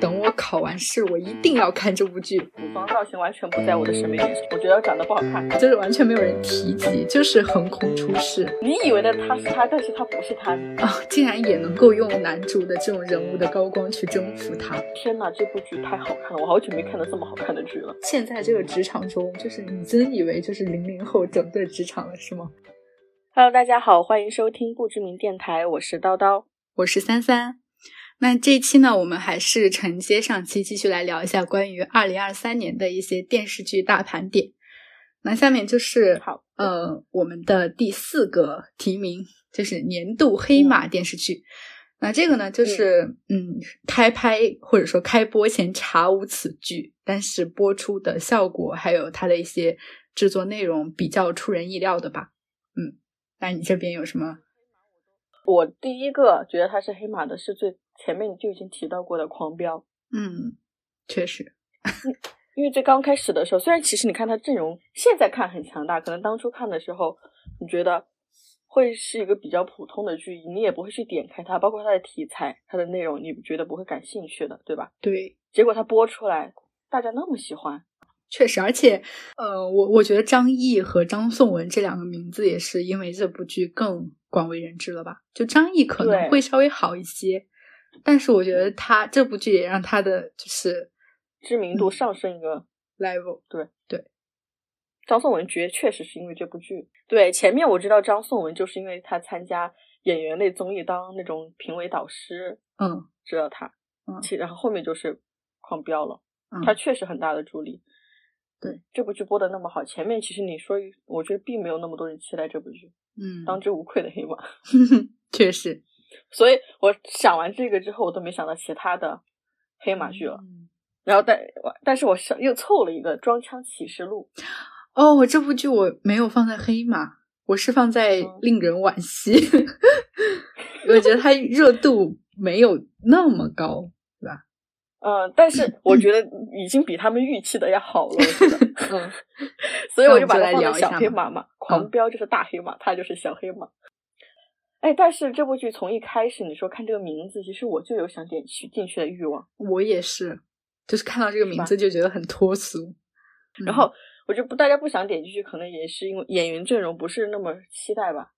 等我考完试，我一定要看这部剧。古装造型完全不在我的审美里，我觉得长得不好看。就是完全没有人提及，就是横空出世你以为的他是他，但是他不是他。啊、竟然也能够用男主的这种人物的高光去征服他。天哪，这部剧太好看了，我好久没看到这么好看的剧了。现在这个职场中，就是你真以为就是零零后整顿职场了是吗？ Hello，大家好，欢迎收听不知名电台，我是叨叨。我是三三。那这期呢，我们还是承接上期，继续来聊一下关于二零二三年的一些电视剧大盘点。那下面就是好呃，我们的第四个提名就是年度黑马电视剧。那这个呢，就是嗯，开拍或者说开播前查无此剧，但是播出的效果还有它的一些制作内容比较出人意料的吧。嗯，那你这边有什么？我第一个觉得他是黑马的是最前面就已经提到过的《狂飙》，嗯，确实，因为最刚开始的时候，虽然其实你看他阵容现在看很强大，可能当初看的时候你觉得会是一个比较普通的剧，你也不会去点开它，包括它的题材、它的内容，你觉得不会感兴趣的，对吧？对，结果它播出来，大家那么喜欢，确实，而且，呃，我我觉得张译和张颂文这两个名字也是因为这部剧更广为人知了吧？就张译可能对会稍微好一些，但是我觉得他这部剧也让他的就是知名嗯度上升一个 level，张颂文绝确实是因为这部剧。对，前面我知道张颂文就是因为他参加演员类综艺当那种评委导师，嗯知道他。嗯其然后后面就是狂飙了，嗯，他确实很大的助力。对，这部剧播的那么好，前面其实你说，我觉得并没有那么多人期待这部剧，当嗯，之无愧的黑马。 确实所以我想完这个之后，我都没想到其他的黑马剧了。嗯然后但但是我上又凑了一个《装腔启示录》，哦，我这部剧我没有放在黑马，我是放在嗯令人惋惜， 我觉得它热度没有那么高。呃，但是我觉得已经比他们预期的要好了，我觉得，嗯， 所以我就把那我们就来它放聊在一小下嘛嗯黑马嘛。狂飙就是大黑马，它就是小黑马。哎，但是这部剧从一开始，你说看这个名字，其实我就有想点去进去的欲望，我也是，就是看到这个名吧字就觉得很脱俗。然后我就不大家不想点进去，可能也是因为演员阵容不是那么期待吧。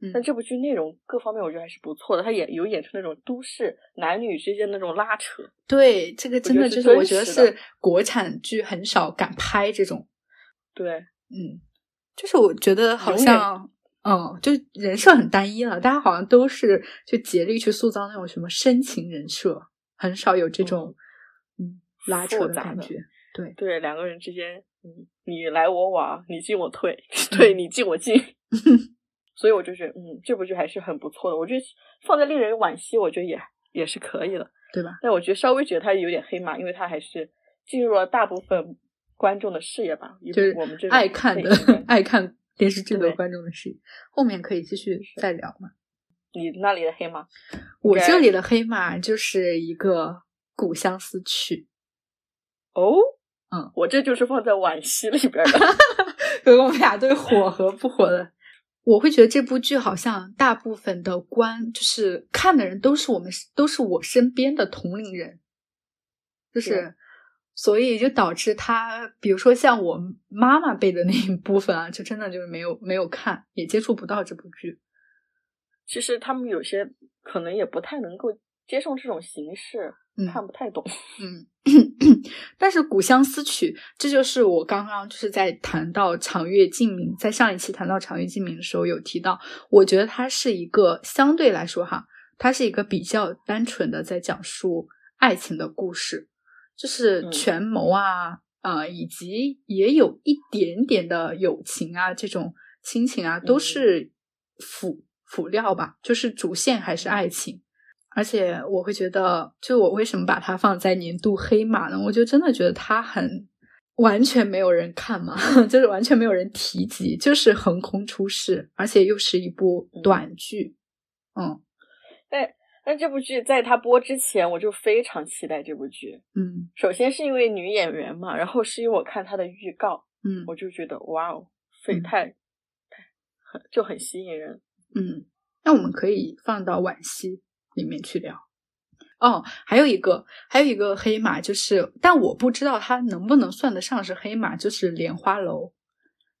嗯，但嗯这部剧内容各方面我觉得还是不错的，它演有演出那种都市男女之间那种拉扯，对这个真觉的得是就是，我真觉得实的是国产剧很少敢拍这种，对，嗯，就是我觉得好永远像，嗯，就人设很单一了，大家好像都是就竭力去塑造那种什么深情人设，很少有这种嗯拉扯复的杂感的觉。对，对，两个人之间，嗯，你来我往，你进我退， 对嗯你进 我进，所以我就觉得，嗯，这部剧还是很不错的。我觉得放在令人惋惜，我觉得也也是可以的。对吧？但我觉得稍微觉得它有点黑马，因为它还是进入了大部分观众的视野吧，就是我们这种爱看的类型观 爱看电视剧的对观众的视野，后面可以继续再聊嘛。你那里的黑马，我这 OK 里的黑马就是一个《古相思曲哦，嗯，我这就是放在惋惜里边的。》， 所以我们俩对火和不火的， 我会觉得这部剧好像大部分的观就是看的人都是我们都是我身边的同龄人，就是对所以就导致他，比如说像我妈妈辈的那一部分啊，就真的就是没有没有看，也接触不到这部剧。其实他们有些可能也不太能够接受这种形式，嗯，看不太懂。嗯， 但是《古相思曲》，这就是我刚刚就是在谈到长月烬明，在上一期谈到长月烬明的时候有提到，我觉得它是一个相对来说哈，它是一个比较单纯的在讲述爱情的故事，就是嗯权谋啊，呃，以及也有一点点的友情啊，这种亲情啊，都嗯是辅辅料吧，就是主线还是爱情。而且我会觉得，就我为什么把它放在年度黑马呢？我就真的觉得它很完全没有人看嘛， 就是完全没有人提及，就是横空出世，而且又是一部短剧，嗯但这部剧在它播之前，我就非常期待这部剧。嗯首先是因为女演员嘛，然后是因为我看她的预告，嗯我就觉得哇哦，非嗯太太很就很吸引人。嗯，那我们可以放到惋惜里面去聊。哦，还有一个，还有一个黑马，就是，但我不知道它能不能算得上是黑马，就是《莲花楼》，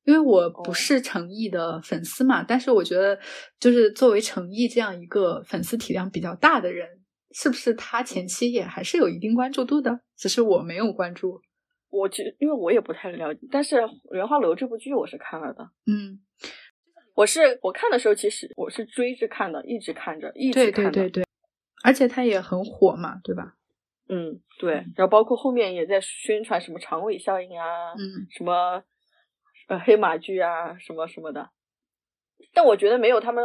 因为我不哦是成毅的粉丝嘛，但是我觉得，就是作为成毅这样一个粉丝体量比较大的人，是不是他前期也还是有一定关注度的？只是我没有关注。我其实因为我也不太了解，但是《莲花楼》这部剧我是看了的。嗯，我是我看的时候，其实我是追着看的，一直看着，一直对看对的。对对，而且他也很火嘛，对吧？嗯，对。然后包括后面也在宣传什么长尾效应啊，嗯，什么呃黑马剧啊，什么什么的。但我觉得没有他们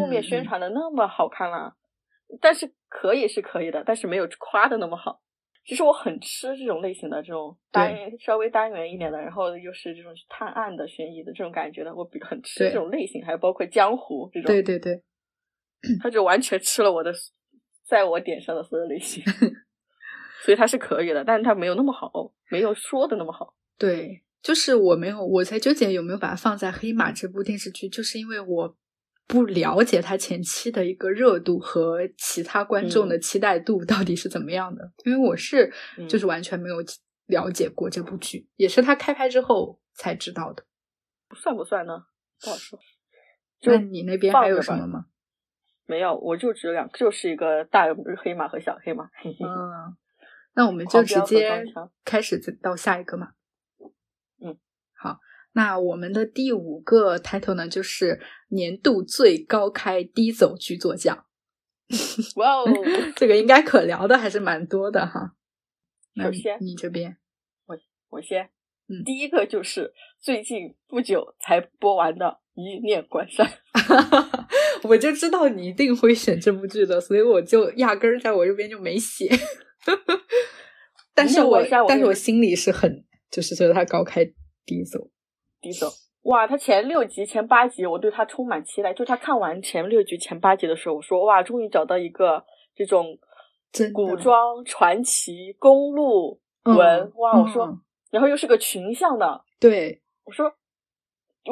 后面嗯宣嗯传的那么好看啦、但是可以是可以的，但是没有夸的那么好。其实我很吃这种类型的这种单元稍微单元一点的，然后又是这种探案的、悬疑的这种感觉的，我比很吃对这种类型，还有包括江湖这种，对对对，他就完全吃了我的，在我点上的所有类 型，所以他是可以的，但是他没有那么好，没有说的那么好。对，就是我没有，我才纠结有没有把它放在《黑马》这部电视剧，就是因为我不了解它前期的一个热度和其他观众的期待度到底是怎么样的，因为我是嗯就是完全没有了解过这部剧，也是它开拍之后才知道的。算不算呢？不好说。就那你那边放还有着什吧么吗？没有，我就只有两，就是一个大黑马和小黑马。嘿嘿嗯，那我们就狂直飙和接狂飙开始到下一个嘛。嗯，好，那我们的第五个 title 呢，就是年度最高开低走剧作奖，哇 哦！这个应该可聊的还是蛮多的哈。那首你先你这边， 我先，嗯第一个就是最近不久才播完的《一念关山》，我就知道你一定会选这部剧的，所以我就压根儿在我这边就没 写。但是那我我下我但是给我你心里是很，就是觉得它高开低走。第一种。哇，他前六集、前八集，我对他充满期待。就他看完前六集、前八集的时候，我说哇，终于找到一个这种真的古装传奇公路文、嗯哇，我说，嗯然后又是个群像的，对，我说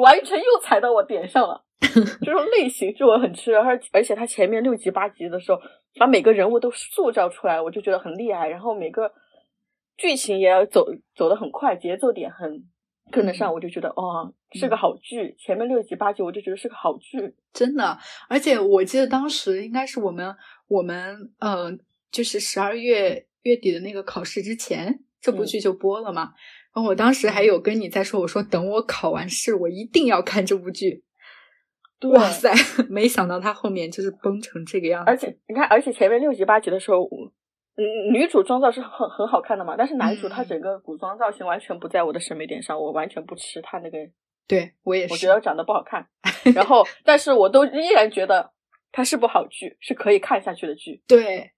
完全又踩到我点上了，这种类型是我很吃，而而且他前面六集八集的时候，把每个人物都塑造出来，我就觉得很厉害，然后每个剧情也要走走得很快，节奏点很跟得上，我就觉得哦是个好剧，前面六集八集我就觉得是个好剧，真的，而且我记得当时应该是我们我们呃，就是十二月月底的那个考试之前，这部嗯剧就播了嘛。然后我当时还有跟你在说，我说等我考完试，我一定要看这部剧。哇对塞， 没想到它后面就是崩成这个样子。而且你看，而且前面六集八集的时候，嗯，女主妆造是很很好看的嘛，但是男主他嗯整个古装造型完全不在我的审美点上，我完全不吃他那个对我也是，我觉得长得不好看，然后但是我都依然觉得它是部好剧，是可以看下去的剧。对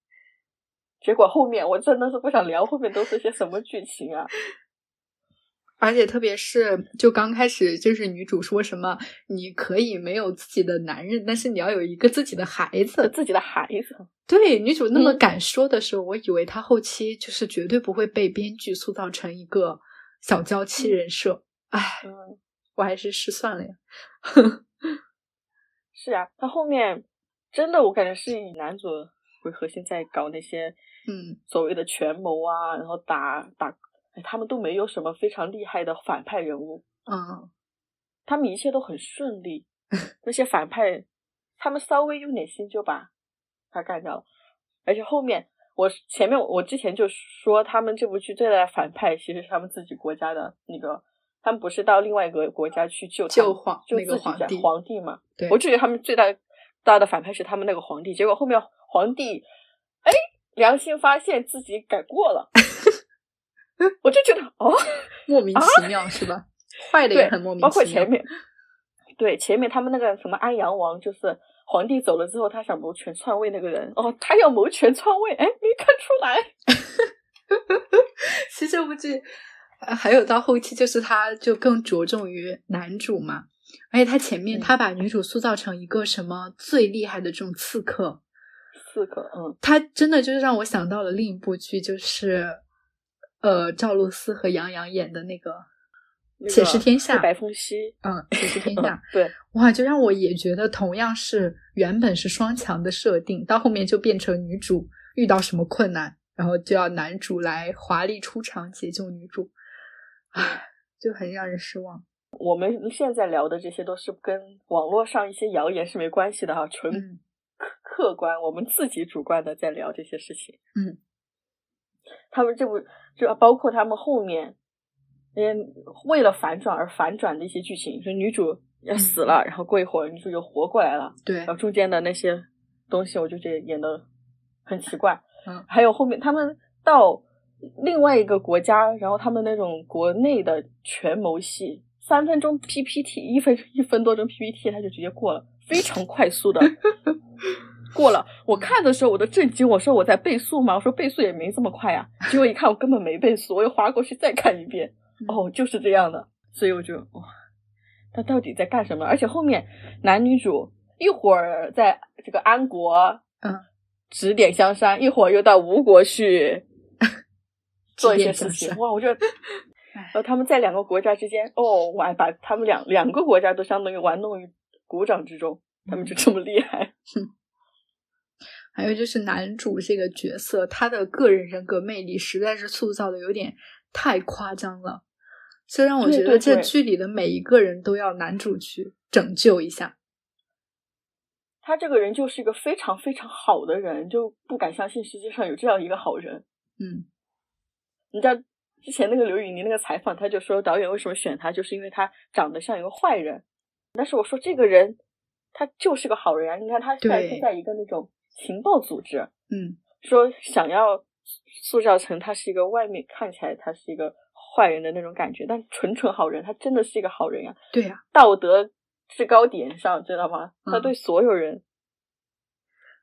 结果后面我真的是不想聊后面都是些什么剧情啊！而且特别是就刚开始，就是女主说什么，你可以没有自己的男人，但是你要有一个自己的孩子。自己的孩子，对女主那么嗯敢说的时候，我以为她后期就是绝对不会被编剧塑造成一个小娇妻人设。唉，嗯，我还是失算了呀。是啊，他后面真的我感觉是以男主为核心在搞那些嗯，所谓的权谋啊，然后打打，哎，他们都没有什么非常厉害的反派人物，嗯，他们一切都很顺利。那些反派，他们稍微用点心就把他干掉了。而且后面，我前面我之前就说，他们这部剧最大的反派其实是他们自己国家的那个，他们不是到另外一个国家去救他们救皇救那个自己家皇帝皇帝嘛？对，我就觉得他们最大大的反派是他们那个皇帝。结果后面皇帝，哎，良心发现自己改 过了，我就觉得哦。莫名其妙、是吧？坏的也对，很莫名其妙。包括前面，对前面他们那个什么安阳王，就是皇帝走了之后，他想谋权篡位那个人，哦，他要谋权篡位，哎，没看出来，其实这部剧呃还有到后期，就是他就更着重于男主嘛，而且他前面嗯他把女主塑造成一个什么最厉害的这种刺客，四个，嗯，他真的就是让我想到了另一部剧，就是呃赵露思和杨洋演的那个那《个且试天下》白凤溪，嗯，《且试天下》对，哇，就让我也觉得同样是原本是双强的设定，到后面就变成女主遇到什么困难，然后就要男主来华丽出场解救女主，唉，就很让人失望。我们现在聊的这些都是跟网络上一些谣言是没关系的哈、纯嗯客客观，我们自己主观的在聊这些事情。嗯，他们这部就包括他们后面，嗯，为了反转而反转的一些剧情，就女主要死了，然后过一会儿女主又活过来了，对然呃后中间的那些东西，我就觉得演的很奇怪。嗯还有后面他们到另外一个国家，然后他们那种国内的权谋戏，三分钟 PPT，一分一分多钟 PPT，他就直接过了，非常快 速的过了。我看的时候我都震惊，我说我在倍速吗？我说倍速也没这么快呀、结果一看我根本没倍速，我又划过去再看一遍，嗯哦，就是这样的。所以我就哇，他到底在干什么？而且后面男女主一会儿在这个安国，嗯，指点江山，一会儿又到吴国去做一些事指点江情。山哇，我觉得，然后他们在两个国家之间，哦，玩把他们两两个国家都相当于玩弄于股掌之中，他们就这么厉害。 还有就是男主这个角色，他的个人人格魅力实在是塑造的有点太夸张了，这让我觉对对得这对剧里的每一个人都要男主去拯救一下。他这个人就是一个非常非常好的人，就不敢相信世界上有这样一个好人。嗯你知道之前那个刘宇宁那个采访，他就说导演为什么选他，就是因为他长得像一个坏人。但是我说这个人他就是个好人啊！你看他现在对是在一个那种情报组织，嗯说想要塑造成他是一个外面看起来他是一个坏人的那种感觉，但纯纯好人，他真的是一个好人呀、啊对啊呀、道德制高点上，知道吗？他嗯对所有人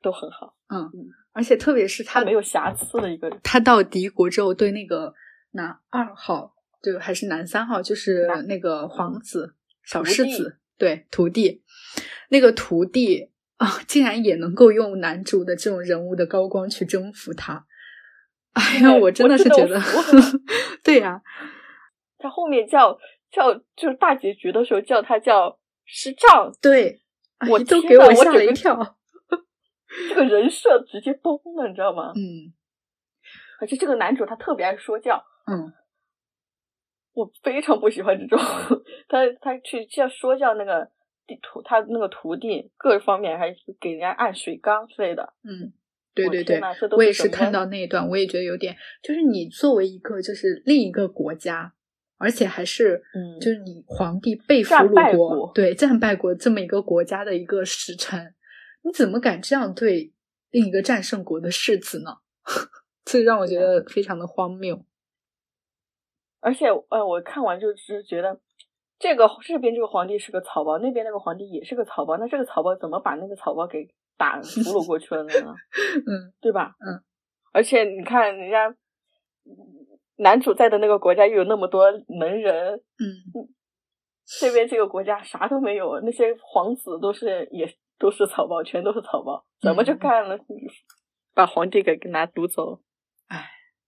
都很好，嗯，而且特别是他他没有瑕疵的一个人。他到敌国之后，对那个男二号，就还是男三号，就是男那个皇子小徒世弟子，对徒弟，那个徒弟啊，竟然也能够用男主的这种人物的高光去征服他。哎呀，对我真我的是真的觉得我服了， 对啊呀、他后面叫叫就是大结局的时候叫他叫师丈，对，哎我都天给呐我我吓整了一个跳。这个人设直接崩了，你知道吗？嗯而且这个男主他特别爱说教，嗯，我非常不喜欢这种， 他他去叫说教那个地徒他那个徒弟各方面还给人家按水缸之类的，嗯，对我对对天呐这，都我是也什是么看到那一段，我也觉得有点，就是你作为一个就是另一个国家，而且还是嗯就是你皇帝被俘战败虏国对战败国这么一个国家的一个使臣，你怎么敢这样对另一个战胜国的世子呢？ 这让我觉啊得非常的荒谬。而且呃，我看完就只是觉得。这个这边这个皇帝是个草包，那边那个皇帝也是个草包，那这个草包怎么把那个草包给打俘虏过去了呢？嗯对吧？嗯。而且你看人家男主在的那个国家又有那么多能人，嗯，这边这个国家啥都没有，那些皇子都是也都是草包，全都是草包，怎嗯么就干了？把皇帝给给拿掳走了？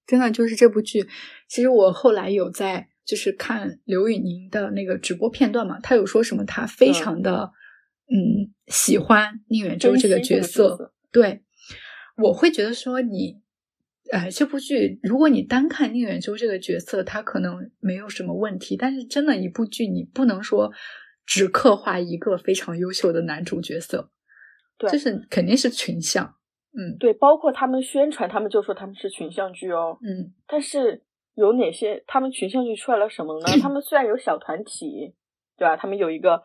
真的就是这部剧，其实我后来有在就是看刘宇宁的那个直播片段嘛，他有说什么他非常的嗯喜欢宁远舟珍惜这个角色，色，对，我会觉得说你，呃，这部剧如果你单看宁远舟这个角色，他可能没有什么问题，但是真的，一部剧你不能说只刻画一个非常优秀的男主角色，对就是肯定是群像，嗯对，包括他们宣传，他们就说他们是群像剧哦，嗯，但是有哪些他们群像剧出来了什么 呢？他们虽然有小团体，对吧？他们有一个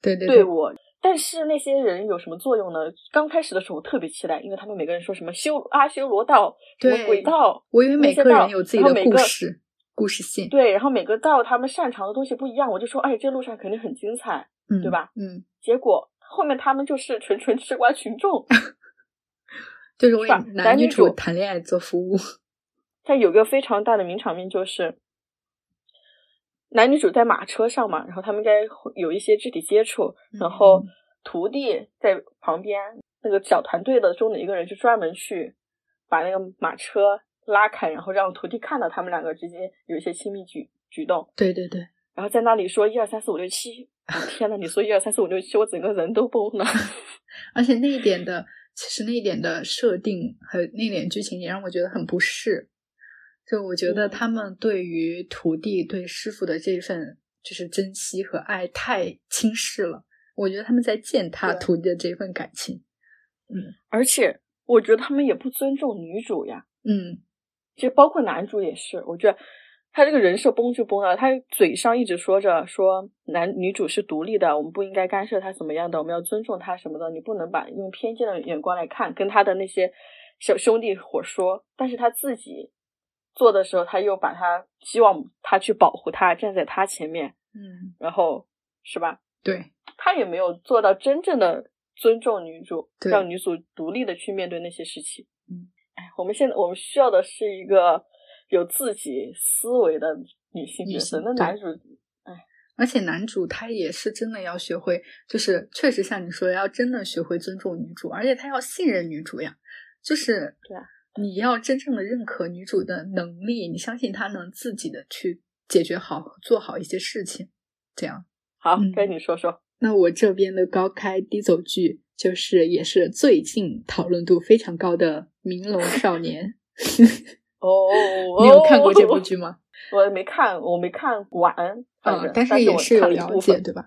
对对对我。但是那些人有什么作用呢？刚开始的时候我特别期待，因为他们每个人说什么修阿修罗道、什么对鬼道，我以为每那些个人道有自己然后的每故个事、故事线，对，然后每个道他们擅长的东西不一样，我就说，哎，这路上肯定很精彩。嗯，对吧？嗯，结果后面他们就是纯纯吃瓜群众。就是为是吧男男女女主主谈恋爱做服务， 但有个非常大的名场面就是，男女主在马车上嘛，然后他们应该会有一些肢体接触，然后嗯徒弟在旁边，那个小团队的中的一个人就专门去把那个马车拉开，然后让徒弟看到他们两个之间有一些亲密举举动，对对对，然后在那里说一二三四五六 七。我天呐，你说一二三四五六七，我整个人都崩了。而且那一点的其实那一点的设定和那一点剧情也让我觉得很不适。就我觉得嗯他们对于徒弟、对师傅的这份就是珍惜和爱太轻视了。我觉得他们在践踏对徒弟的这份感情。嗯而且我觉得他们也不尊重女主呀，嗯，其实包括男主也是，我觉得他这个人设崩就崩了。他嘴上一直说着说男女主是独立的，我们不应该干涉她怎么样的，我们要尊重她什么的。你不能把用偏见的眼光来看，跟他的那些小兄弟伙说。但是他自己做的时候，他又把他希望他去保护他，站在他前面，嗯，然后是吧？对他也没有做到真正的尊重女主，对让女主独立的去面对那些事情。嗯，哎，我们现在我们需要的是一个有自己思维的女性角色。女性那对男主，而且男主他也是真的要学会，就是确实像你说的，要真的学会尊重女主，而且他要信任女主呀。就是对啊，你要真正的认可女主的能力，你相信她能自己的去解决好、做好一些事情，这样。好嗯，该你说说。那我这边的高开低走剧，就是也是最近讨论度非常高的《明龙少年，哦，》你有看过这部？剧吗？我没看，我没看完，反嗯正，但是也是我有看了一了部解，分。对吧？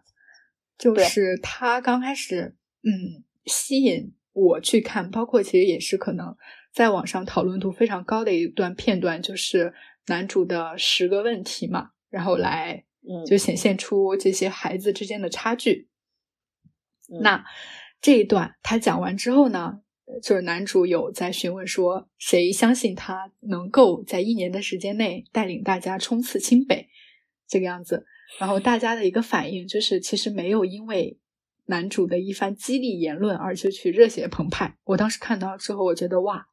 就对是他刚开始，嗯，吸引我去看，包括其实也是可能在网上讨论度非常高的一段片段，就是男主的十个问题嘛，然后来嗯，就显现出这些孩子之间的差距。嗯那这一段他讲完之后呢，就是男主有在询问说，谁相信他能够在一年的时间内带领大家冲刺清北这个样子？然后大家的一个反应就是，其实没有因为男主的一番激励言论而就去热血澎湃。我当时看到之后，我觉得哇，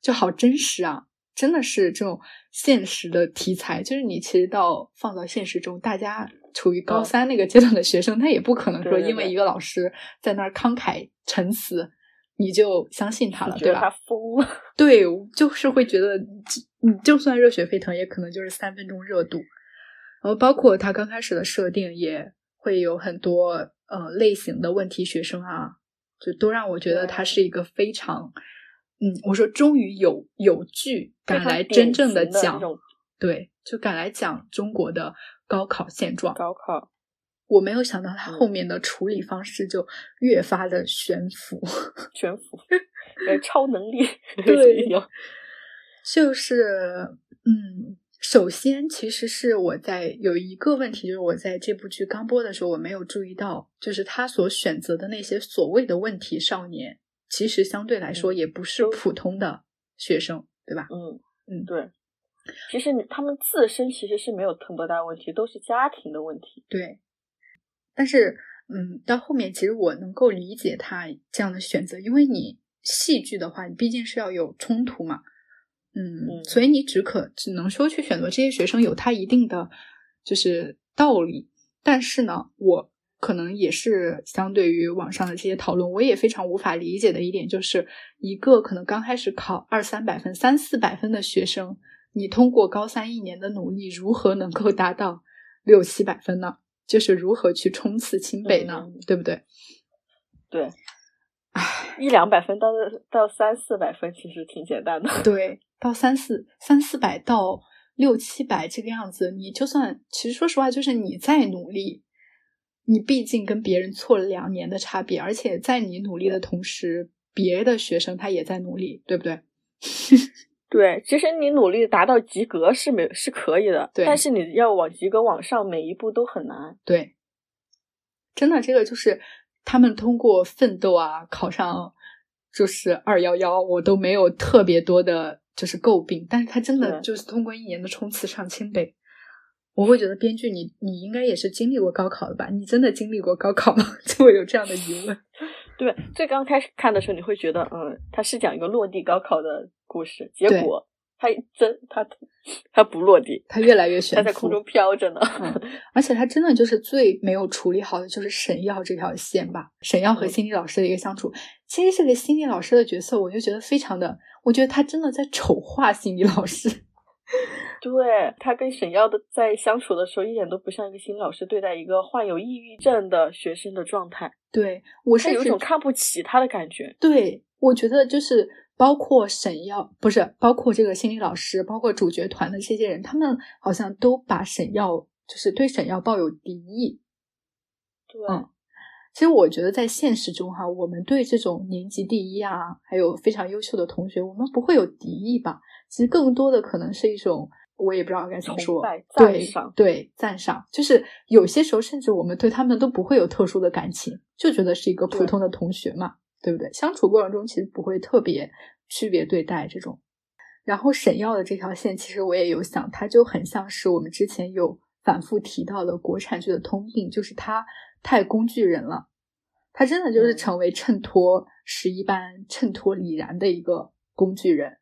就好真实啊！真的是这种现实的题材，就是你其实到放到现实中，大家处于高嗯三那个阶段的学生，他也不可能说对对因为对一个老师在那儿慷慨陈词，你就相信他了，觉对得吧？他疯了。对，就是会觉得你就算热血沸腾，也可能就是三分钟热度。然后包括他刚开始的设定，也会有很多呃类型的问题学生啊，就都让我觉得他是一个非常，嗯，我说终于有有剧 敢来真正的的讲，这种对，就敢来讲中国的高考现状。高考，我没有想到他嗯后面的处理方式就越发的悬 浮。全服，呃，超能力，对有 就是，嗯，首先其实是我在有一个问题，就是我在这部剧刚播的时候，我没有注意到，就是他所选择的那些所谓的问题少年，其实相对来说也不是嗯都普通的学生，对吧？嗯嗯对。其实你他们自身其实是没有特别大问题，都是家庭的问题。对，但是，嗯，到后面其实我能够理解他这样的选择，因为你戏剧的话，你毕竟是要有冲突嘛，嗯，嗯所以你只可只能说去选择这些学生有他一定的就是道理，但是呢，我可能也是相对于网上的这些讨论，我也非常无法理解的一点，就是一个可能刚开始考二三百分、三四百分的学生，你通过高三一年的努力，如何能够达到六七百分呢？就是如何去冲刺清北呢？嗯对不对？对，一两百分到到三四百分其实挺简单的。 对，到三四三四百到六七百这个样子，你就算其实说实话，就是你再努力，你毕竟跟别人错了两年的差别，而且在你努力的同时，别的学生他也在努力，对不对？对，其实你努力达到及格是没是可以的，对但是你要往及格往上，每一步都很难。对，真的，这个就是他们通过奋斗啊，考上就是二幺幺，我都没有特别多的就是诟病，但是他真的对就是通过一年的冲刺上清北。我会觉得编剧你你应该也是经历过高考的吧？你真的经历过高考吗？ 就会有这样的疑问。对，最刚开始看的时候，你会觉得，嗯，他是讲一个落地高考的故事，结对果他真他他不落地，他越来越悬他浮，在空中飘着呢。嗯而且他真的就是最没有处理好的就是沈耀这条线吧，沈耀和嗯心理老师的一个相处。其实这个心理老师的角色，我就觉得非常的，我觉得他真的在丑化心理老师。 对他跟沈耀的在相处的时候，一点都不像一个心理老师对待一个患有抑郁症的学生的状态，对我他甚有一至种看不起他的感觉。对我觉得就是包括沈耀，不是包括这个心理老师，包括主角团的这些人，他们好像都把沈耀就是对沈耀抱有敌意。对，嗯其实我觉得在现实中哈、我们对这种年级第一啊，还有非常优秀的同学，我们不会有敌意吧？其实更多的可能是一种，我也不知道该怎么说崇拜，对赞赏对赞赏，就是有些时候甚至我们对他们都不会有特殊的感情，就觉得是一个普对通的同学嘛，对不对？相处过程中其实不会特别区别对待这种。然后沈耀的这条线，其实我也有想，它就很像是我们之前有反复提到的国产剧的通病，就是它太工具人了，它真的就是嗯成为衬托十一班、衬托李然的一个工具人。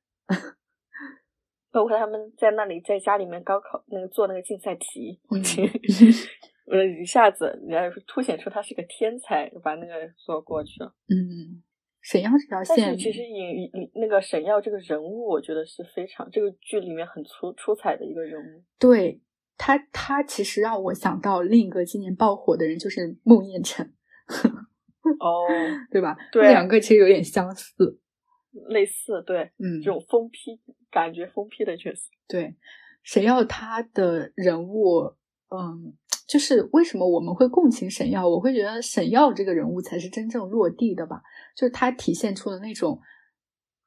包括他们在那里在家里面高考那个做那个竞赛题，我 嗯去，呃，一下子人家凸显出他是个天才，把那个做过去了。嗯，沈耀这条但线是，其实尹尹那个沈耀这个人物，我觉得是非常这个剧里面很出出彩的一个人物。对他，他其实让我想到另一个今年爆火的人，就是孟宴臣， 哦，对吧？对他们两个其实有点相似。类似对嗯，这种疯批感觉疯批的角色，对，沈耀他的人物，嗯，就是为什么我们会共情沈耀？我会觉得沈耀这个人物才是真正落地的吧，就是他体现出的那种，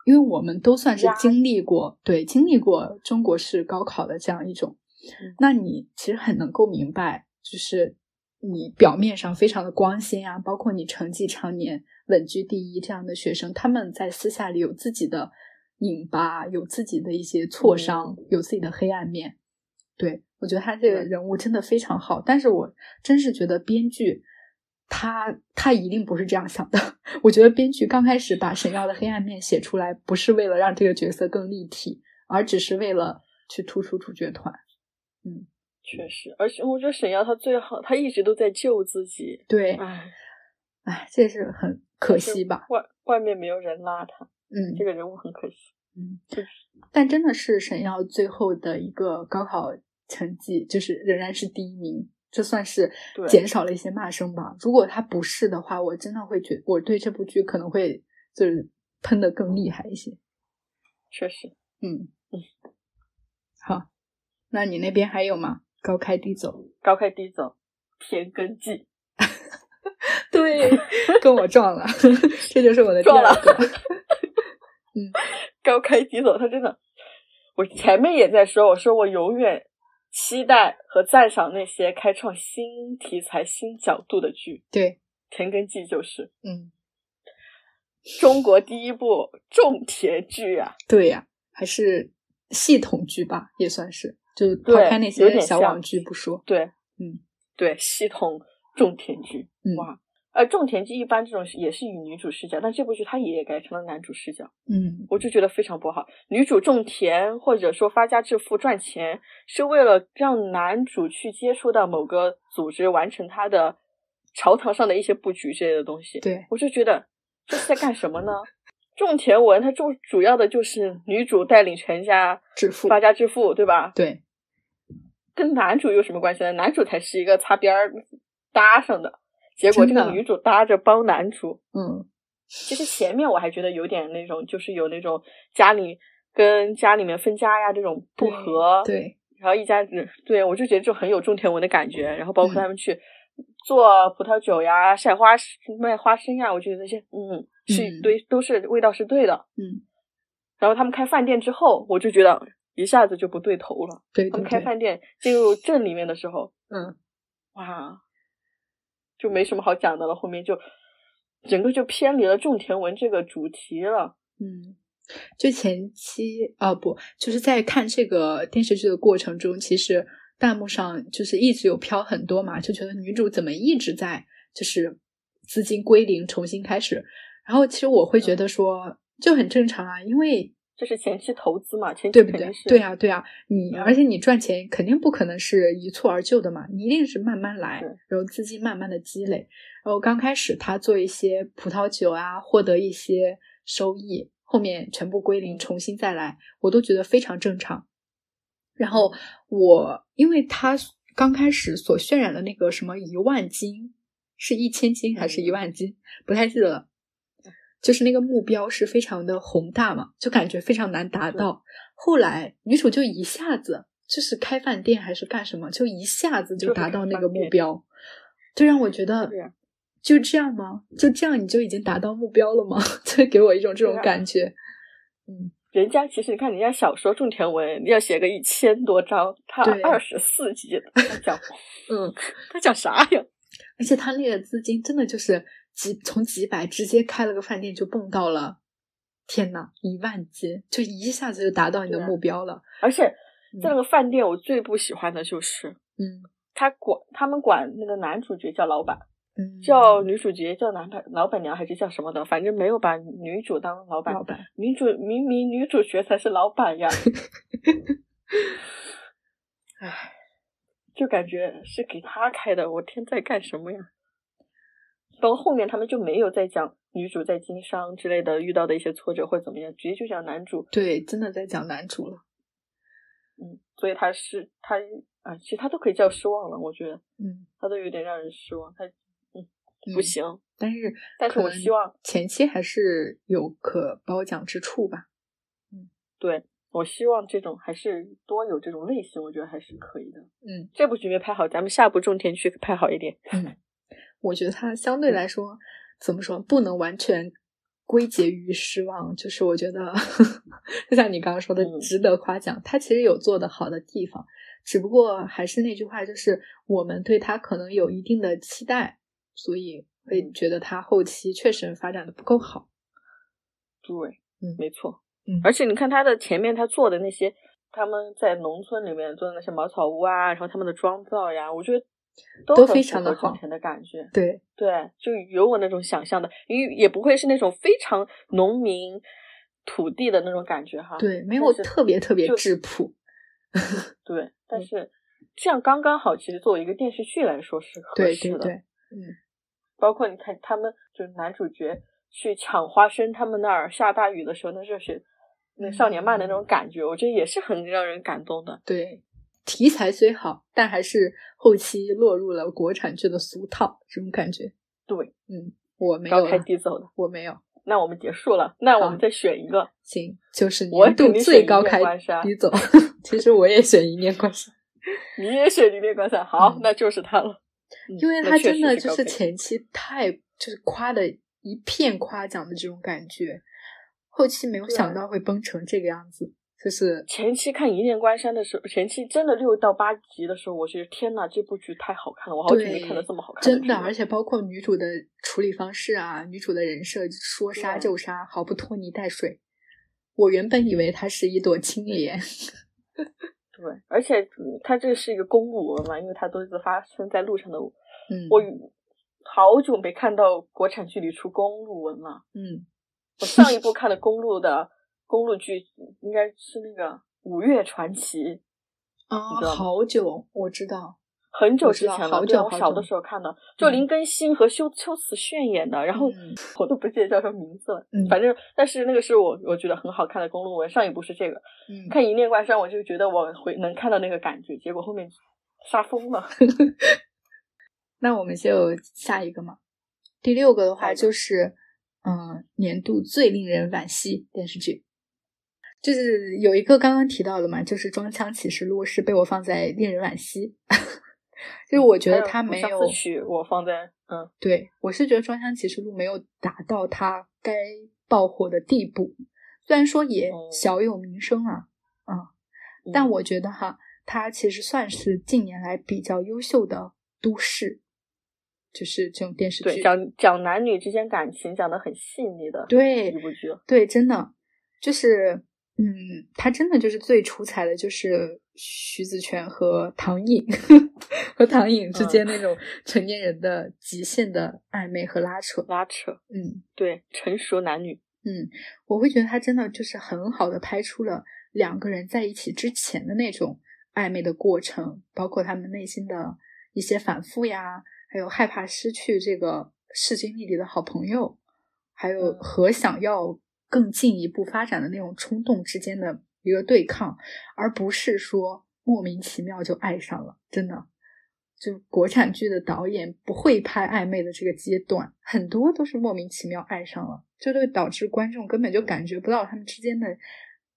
因为我们都算是压经历过，对，经历过中国式高考的这样一种，嗯那你其实很能够明白，就是。你表面上非常的光鲜啊，包括你成绩常年稳居第一这样的学生，他们在私下里有自己的拧巴，有自己的一些挫伤，有自己的黑暗面。对我觉得他这个对人物真的非常好，但是我真是觉得编剧他他一定不是这样想的。 我觉得编剧刚开始把沈耀的黑暗面写出来，不是为了让这个角色更立体，而只是为了去突出主角团。确实，而且我觉得沈耀他最好，他一直都在救自己，对，唉，哎，这是很可惜吧？外外面没有人拉他，嗯，这个人物很可惜。嗯，但真的是沈耀最后的一个高考成绩，就是仍然是第一名，这算是对减少了一些骂声吧。如果他不是的话，我真的会觉我对这部剧可能会就是喷的更厉害一些。确实，嗯嗯，好，那你那边还有吗？高开低走，高开低走，田耕记对， 跟我撞 了，这就是我的第撞二了个。高开低走，他真的，我前面也在说，我说我永远期待和赞赏那些开创新题材、新角度的剧，对， 《田耕记》就是嗯，中国第一部种田剧啊，对呀、还是系统剧吧，也算是，就抛对开那有些点小像网剧不说。对，嗯，对，系统种田剧，嗯哇，呃，种田剧一般这种是也是以女主视角，但这部剧它也改成了男主视角。嗯，我就觉得非常不好。女主种田或者说发家致富赚钱，是为了让男主去接触到某个组织，完成他的朝堂上的一些布局之类的东西。对，我就觉得这是在干什么呢？种田文它重主要的就是女主带领全家致富，发家致富，对吧？对，跟男主有什么关系呢？男主才是一个擦边儿搭上的，结果真这个的女主搭着帮男主，嗯其实前面我还觉得有点那种，就是有那种家里跟家里面分家呀这种不和，，对，然后一家子，对我就觉得这种很有种田文的感觉。然后包括嗯他们去做葡萄酒呀、晒花卖花生呀，我觉得这些嗯是嗯一堆都是味道是对的。嗯，然后他们开饭店之后，我就觉得一下子就不对头了。对他对们开对，饭店进入镇里面的时候，嗯，哇，就没什么好讲的了。后面就整个就偏离了种田文这个主题了。嗯，就前期啊不，就是在看这个电视剧的过程中，其实弹幕上就是一直有飘很多嘛，就觉得女主怎么一直在就是资金归零，重新开始。然后其实我会觉嗯得说，就很正常啊，因为这是前期投资嘛，前期对不肯对定？是对啊，对啊，你嗯而且你赚钱肯定不可能是一蹴而就的嘛，你一定是慢慢来对，然后资金慢慢的积累，然后刚开始他做一些葡萄酒啊，获得一些收益，后面全部归零，嗯重新再来，我都觉得非常正常。然后嗯我因为他刚开始所渲染的那个什么一万斤，是一千斤还是嗯一万斤，不太记得了。就是那个目标是非常的宏大嘛，就感觉非常难达到。后来女主就一下子就是开饭店还是干什么，就一下子就达到那个目标，就让我觉得对啊就这样吗？就这样你就已经达到目标了吗？ 就给我一种这种对啊感觉。嗯，人家其实你看，人家小说种田文要写个一千多章，他对二十四集，他 讲嗯，他讲啥呀？而且他那个资金真的就是几从几百直接开了个饭店就蹦到了，天呐，一万斤，就一下子就达到你的对啊目标了。而且在嗯那个饭店，我最不喜欢的就是嗯他管他们管那个男主角叫老板，嗯，叫女主角叫男板老板娘还是叫什么的，反正没有把女主当老板老，板，女主明明女主角才是老 板呀。唉，就感觉是给他开的，我天，在干什么呀？到后面他们就没有再讲女主在经商之类的遇到的一些挫折或者怎么样，直接就讲男主，对，真的在讲男主了。嗯，所以他是他啊，其实他都可以叫失望了，我觉得嗯，他都有点让人失望，他嗯不。行。但是，但是我希望前期还是有可褒奖之处吧。对我希望这种还是多有这种类型，我觉得还是可以的。嗯，这部剧没拍好，咱们下部种田区拍好一点。我觉得它相嗯对来说，怎么说，不能完全归结于失望。就是我觉得， 就像你刚刚说的，嗯值得夸奖。它其实有做得好的地方，只不过还是那句话，就是我们对它可能有一定的期待，所以会嗯觉得它后期确实发展的不够好。对，嗯没错。嗯而且你看他的前面他做的那些，他们在农村里面做的那些茅草屋啊，然后他们的妆造呀，我觉得都都很非符常地合种好田的感觉。对，对，就有我那种想象的，因为也不会是那种非常农民土地的那种感觉哈。对，没但有是特别特别就质朴。对，但嗯是这样刚刚好，其实作为一个电视剧来说是合对适对的。对，包括你看他们就是男主角去抢花生，他们那儿下大雨的时候，那热血，那少年漫的嗯那种感觉，我觉得也是很让人感动的。对，题材虽好，但还是后期落入了国产剧的俗套，这种感觉。对，嗯，我没有高开啊，低走的。我没有。那我们结束了，那我好们再选一个。行，就是我年肯度定选最一高念开关嗯山低走。 其实我也选一念关山，你也选《离别观伞》，好，嗯那就是他了。嗯因为那他确真实的是就高是配前期太就是夸的一片夸奖的这种感觉，后期没有对啊想到会崩成这个样子，就是前期看《一念关山》的时候，前期真的六到八集的时候，我觉得天呐，这部剧太好看了，我好久没看到对这么好看真的的，剧了而且包括女主的处理方式啊，女主的人设，说杀对就杀，毫不拖泥带水。我原本以为她是一朵青莲，对，而且嗯它这是一个公路文嘛，因为它都是发生在路上的嗯，我好久没看到国产剧里出公路文了。嗯，我上一部看的公路的公路剧应该是那个《五月传奇》，你知啊，道吗好久，我知道，很久我知之道前好了，久对啊，我好小久的时候看的，就林更新和修秋瓷炫演的，然后嗯 我都不记得叫什么名字了，嗯反正但是那个是我我觉得很好看的公路文，上一部是这个，嗯，看《一念关山》，我就觉得我回能看到那个感觉，结果后面杀疯了。那我们就下一个嘛。第六个的下话一个就是，嗯、年度最令人惋惜电视剧，就是有一个刚刚提到的嘛，就是《装腔启示录》是被我放在令人惋惜， 就是我觉得它没还有我上次取我放在嗯，对，我是觉得《装腔启示录》没有达到它该爆火的地步，虽然说也哦小有名声啊，嗯但我觉得哈，它其实算是近年来比较优秀的都市，就是这种电视对剧。讲讲男女之间感情讲的很细腻的对一部剧，对，真的就是，嗯，它真的就是最出彩的，就是徐子泉和唐颖 和唐颖之嗯间那种成年人的极限的暧昧和拉扯。拉扯嗯，对成熟男女，嗯，我会觉得他真的就是很好的拍出了两个人在一起之前的那种暧昧的过程，包括他们内心的一些反复呀，还有害怕失去这个势均力敌的好朋友，还有嗯和想要更进一步发展的那种冲动之间的一个对抗，而不是说莫名其妙就爱上了，真的。就国产剧的导演不会拍暧昧的这个阶段，很多都是莫名其妙爱上了，这就导致观众根本就感觉不到他们之间的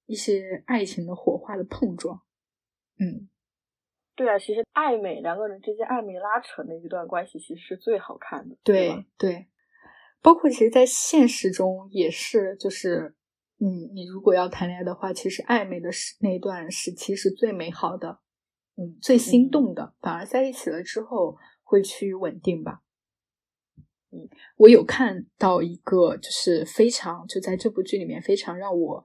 一些爱情的火花的碰撞。嗯，对啊，其实暧昧两个人之间暧昧拉扯那一段关系，其实是最好看的。对对对，包括其实，在现实中也是，就是你、嗯、你如果要谈恋爱的话，其实暧昧的时那段时期是最美好的，嗯，最心动的，嗯、反而在一起了之后会趋于稳定吧。嗯，我有看到一个就是非常就在这部剧里面非常让我。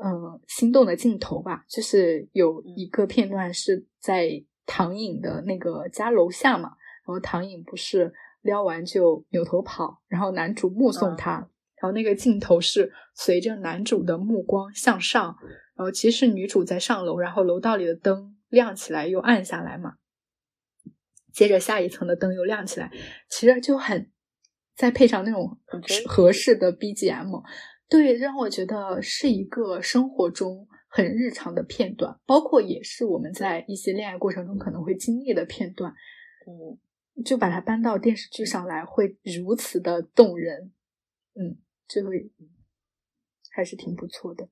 嗯，心动的镜头吧，就是有一个片段是在唐颖的那个家楼下嘛，然后唐颖不是撩完就扭头跑，然后男主目送她，嗯、然后那个镜头是随着男主的目光向上，然后其实女主在上楼，然后楼道里的灯亮起来又暗下来嘛，接着下一层的灯又亮起来，其实就很，再配上那种合适的 BGM。对，让我觉得是一个生活中很日常的片段，包括也是我们在一些恋爱过程中可能会经历的片段。嗯，就把它搬到电视剧上来，会如此的动人。嗯，就会还是挺不错的。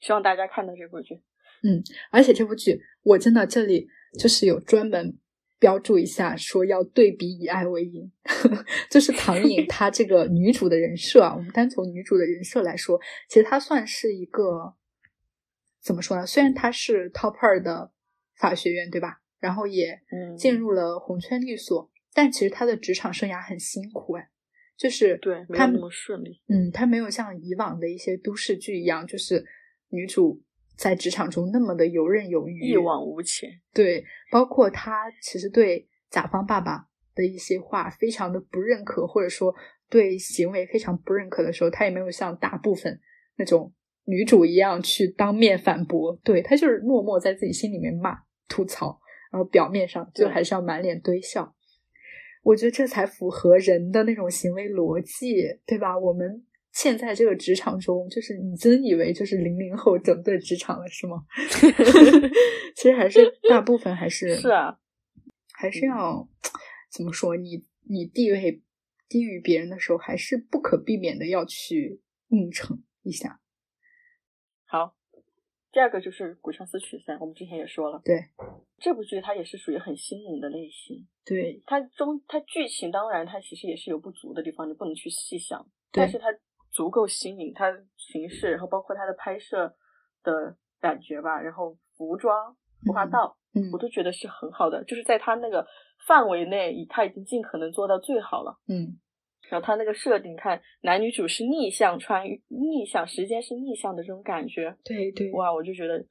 希望大家看到这部剧。嗯，而且这部剧我真的这里就是有专门。标注一下，说要对比以爱为营， 就是唐 颖她这个女主的人设啊。我们单从女主的人设来说，其实她算是一个怎么说呢？虽然她是 top 二的法学院，对吧？然后也进入了红圈律所，嗯、但其实她的职场生涯很辛苦哎，就是对她那么顺利。嗯，她没有像以往的一些都市剧一样，就是女主。在职场中那么的游刃有余，一往无前。对，包括他其实对甲方爸爸的一些话非常的不认可，或者说对行为非常不认可的时候，他也没有像大部分那种女主一样去当面反驳。对他就是默默在自己心里面骂、吐槽，然后表面上就还是要满脸堆笑。我觉得这才符合人的那种行为逻辑，对吧？我们。现在这个职场中，就是你真以为就是零零后整顿职场了是吗？ 其实还是大部分还是是啊，还是要怎么说？你你地位低于别人的时候，还是不可避免的要去应承一下。好，第二个就是古上斯曲三，我们之前也说了，对这部剧它也是属于很新颖的类型。对它中它剧情当然它其实也是有不足的地方，你不能去细想，但是它。足够新颖，它形式，然后包括它的拍摄的感觉吧，然后服装、服化道，嗯，我都觉得是很好的，就是在它那个范围内，它已经尽可能做到最好了，嗯。然后它那个设定，你看男女主是逆向穿越，逆向时间是逆向的这种感觉，对对，哇，我就觉得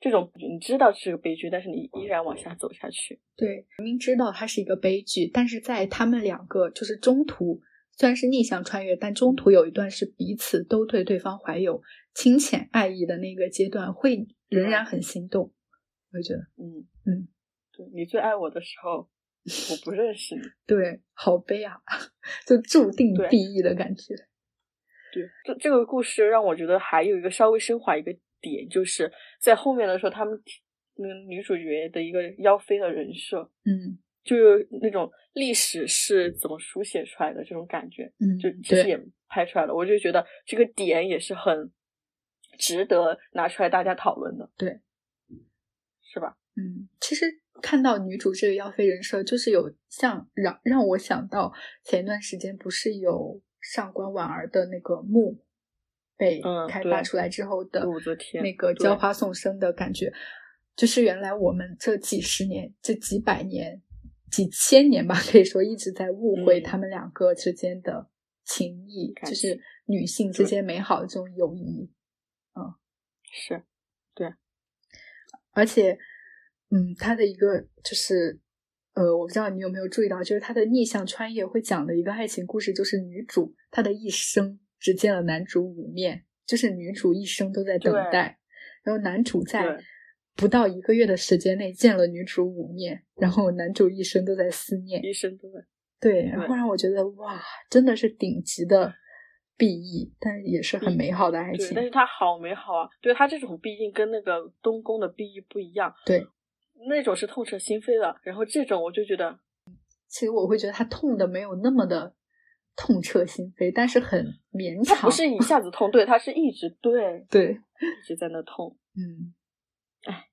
这种你知道是个悲剧，但是你依然往下走下去，对，明明知道它是一个悲剧，但是在他们两个就是中途。虽然是逆向穿越，但中途有一段是彼此都对对方怀有清浅爱意的那个阶段，会仍然很心动。我觉得，嗯嗯，嗯对你最爱我的时候，我不认识你， 对，好悲啊， 就注定必异的感觉。对，这这个故事让我觉得还有一个稍微升华一个点，就是在后面的时候，他们那个女主角的一个妖妃的人设，嗯。就是那种历史是怎么书写出来的这种感觉，嗯，就其实也拍出来了。我就觉得这个点也是很值得拿出来大家讨论的，对，是吧？嗯，其实看到女主这个妖妃人设，就是有像让让我想到前一段时间不是有上官婉儿的那个墓被嗯开发出来之后的我的天，那个浇花送生的感觉，就是原来我们这几十年、这几百年。几千年吧，可以说一直在误会他们两个之间的情谊，嗯、就是女性之间美好的这种友谊。嗯，是，对。而且，嗯，他的一个就是，呃，我不知道你有没有注意到，就是他的逆向穿越会讲的一个爱情故事，就是女主她的一生只见了男主五面，就是女主一生都在等待，然后男主在。不到一个月的时间内见了女主五面，然后男主一生都在思念，一生都在对，然后让我觉得哇，真的是顶级的 B E，但也是很美好的爱情。但是它好美好啊！对它这种 B E 跟那个东宫的 B E 不一样。对，那种是痛彻心扉的，然后这种我就觉得其实我会觉得他痛的没有那么的痛彻心扉，但是很绵它长。不是一下子痛，对，它是一直对，对，一直在那痛。嗯，唉。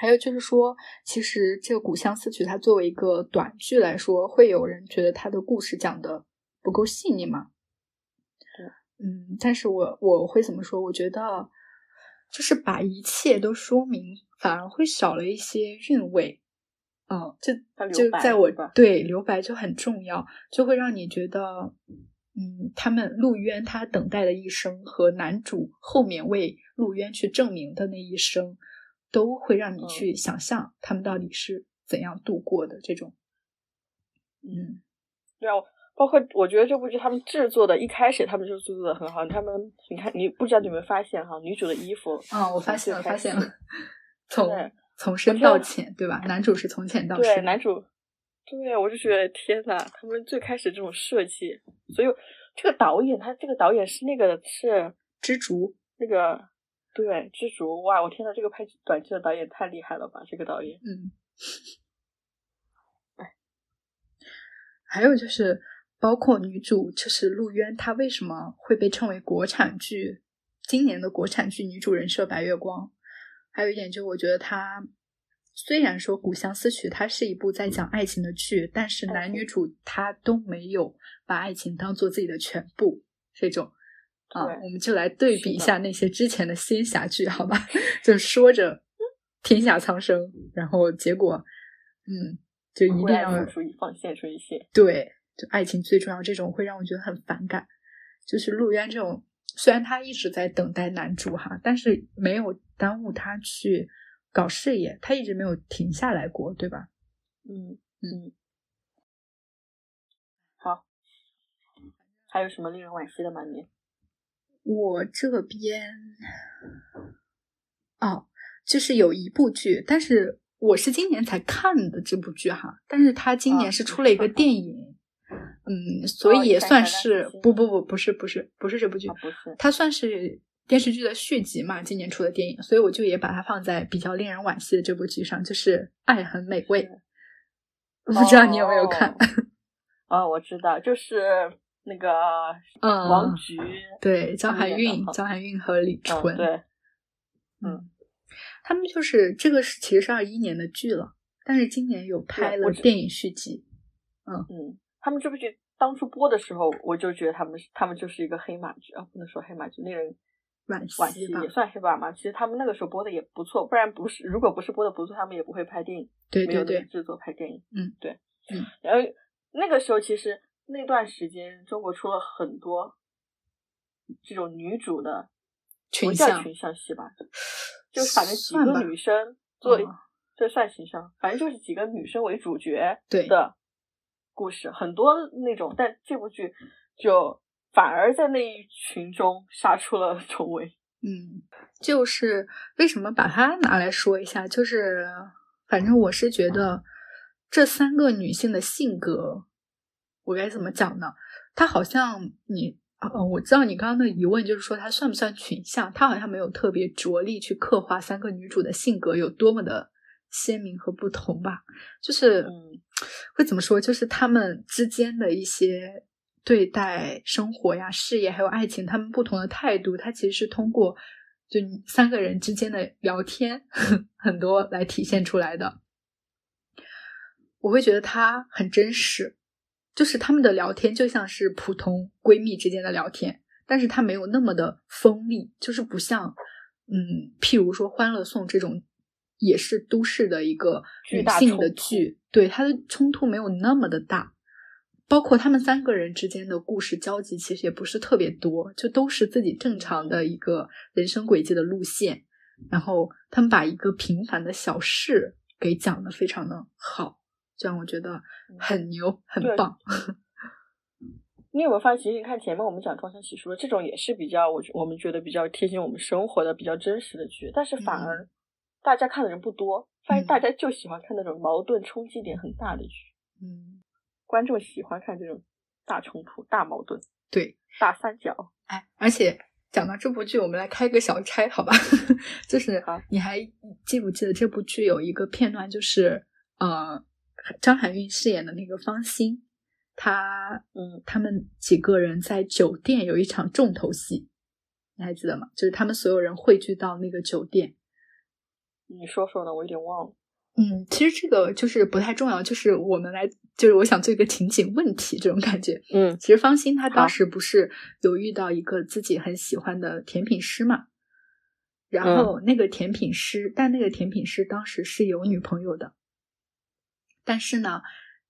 还有就是说，其实这个《古相思曲》它作为一个短剧来说，会有人觉得它的故事讲的不够细腻嘛？嗯，但是我我会怎么说？我觉得就是把一切都说明，反而会少了一些韵味。嗯，就它留就白在我是吧对留白就很重要，就会让你觉得，嗯，他们陆渊他等待的一生和男主后面为陆渊去证明的那一生，都会让你嗯去想象他们到底是怎样度过的这种。嗯，对啊，包括我觉得这部剧他们制作的，一开始他们就制作的很好。他们你看，你不知道你有没有发现哈，女主的衣服，啊，我发现了，发现了，从对从深觉得到浅， 对吧？男主是从浅到对深，男主，对我就觉得天呐，他们最开始这种设计，所以这个导演他这个导演是那个是知足。那个对知足哇，我天呐，这个拍短剧的导演太厉害了吧，这个导演。嗯，哎还有就是，包括女主就是陆渊，她为什么会被称为国产剧今年的国产剧女主人设白月光？还有一点就我觉得她虽然说《古相思曲》它是一部在讲爱情的剧，但是男女主她都没有把爱情当做自己的全部这种。啊对，我们就来对比一是的下那些之前的仙侠剧，好吧？ 就说着天下苍生，然后结果，嗯，就一定为爱要付出一放，献出一切。对，就爱情最重要这种会让我觉得很反感。就是陆渊这种，虽然他一直在等待男主哈，但是没有耽误他去搞事业，他一直没有停下来过，对吧？嗯嗯。好，还有什么令人惋惜的吗？你我这边哦，就是有一部剧，但是我是今年才看的这部剧哈，但是它今年啊是你出了一看个过电影，嗯，所哦以你也看算看它是是新不的不不不是不是不是这部剧啊，不是它算是电视剧的续集嘛，今年出的电影，所以我就也把它放在比较令人惋惜的这部剧上，就是《爱很美味》，我不知道你有没有看哦？哦，我知道，就是那个嗯，王菊，对，张他们含演的韵、哈张含韵和李嗯，纯，对，嗯，他们就是这个是其实是二一年的剧了，但是今年有拍对了我知电影续集。嗯，他们这部剧当初播的时候，我就觉得他们是他们就是一个黑马剧啊，不能说黑马剧，令人惋惋惜惜吧也算黑马嘛。其实他们那个时候播的也不错，不然不是，如果不是播的不错，他们也不会拍电影。对没有对那个对，制作拍电影。嗯，对，嗯。然后那个时候其实那段时间，中国出了很多这种女主的群不叫像群像戏吧，就反正几算个吧女生做，嗯这算群像，反正就是几个女生为主角对的故事，很多那种，但这部剧就反而在那一群中杀出了重围。嗯，就是为什么把它拿来说一下，就是反正我是觉得这三个女性的性格，我该怎么讲呢？她好像你。呃，我知道你刚刚的疑问就是说它算不算群像？它好像没有特别着力去刻画三个女主的性格有多么的鲜明和不同吧。就是嗯会怎么说？就是他们之间的一些对待生活呀、事业还有爱情，他们不同的态度，它其实是通过就你三个人之间的聊天 很多来体现出来的。我会觉得它很真实，就是他们的聊天就像是普通闺蜜之间的聊天，但是它没有那么的锋利，就是不像嗯，譬如说《欢乐颂》这种也是都市的一个巨女大性的冲突剧，对它的冲突没有那么的大。包括他们三个人之间的故事交集，其实也不是特别多，就都是自己正常的一个人生轨迹的路线。然后他们把一个平凡的小事给讲的非常的好，这让我觉得很牛，很嗯对棒。你有没有发现，其实你看前面我们讲《装腔喜说》这种也是比较，我觉我们觉得比较贴近我们生活的、比较真实的剧，但是反嗯而大家看的人不多，发现嗯大家就喜欢看那种矛盾冲击点很大的剧，嗯，观众喜欢看这种大冲突、大矛盾、对，大三角。哎，而且讲到这部剧，我们来开个小差，好吧？ 就是好你还记不记得这部剧有一个片段，就是呃，张含韵饰演的那个方心，她嗯，他们几个人在酒店有一场重头戏，你还记得吗？就是他们所有人汇聚到那个酒店。你说说呢？我有点忘了。嗯，其实这个就是不太重要，就是我们来，就是我想做一个情景问题这种感觉。嗯其实方心她当好时不是有遇到一个自己很喜欢的甜品师嘛，然嗯后那个甜品师，但那个甜品师当时是有女朋友的，但是呢，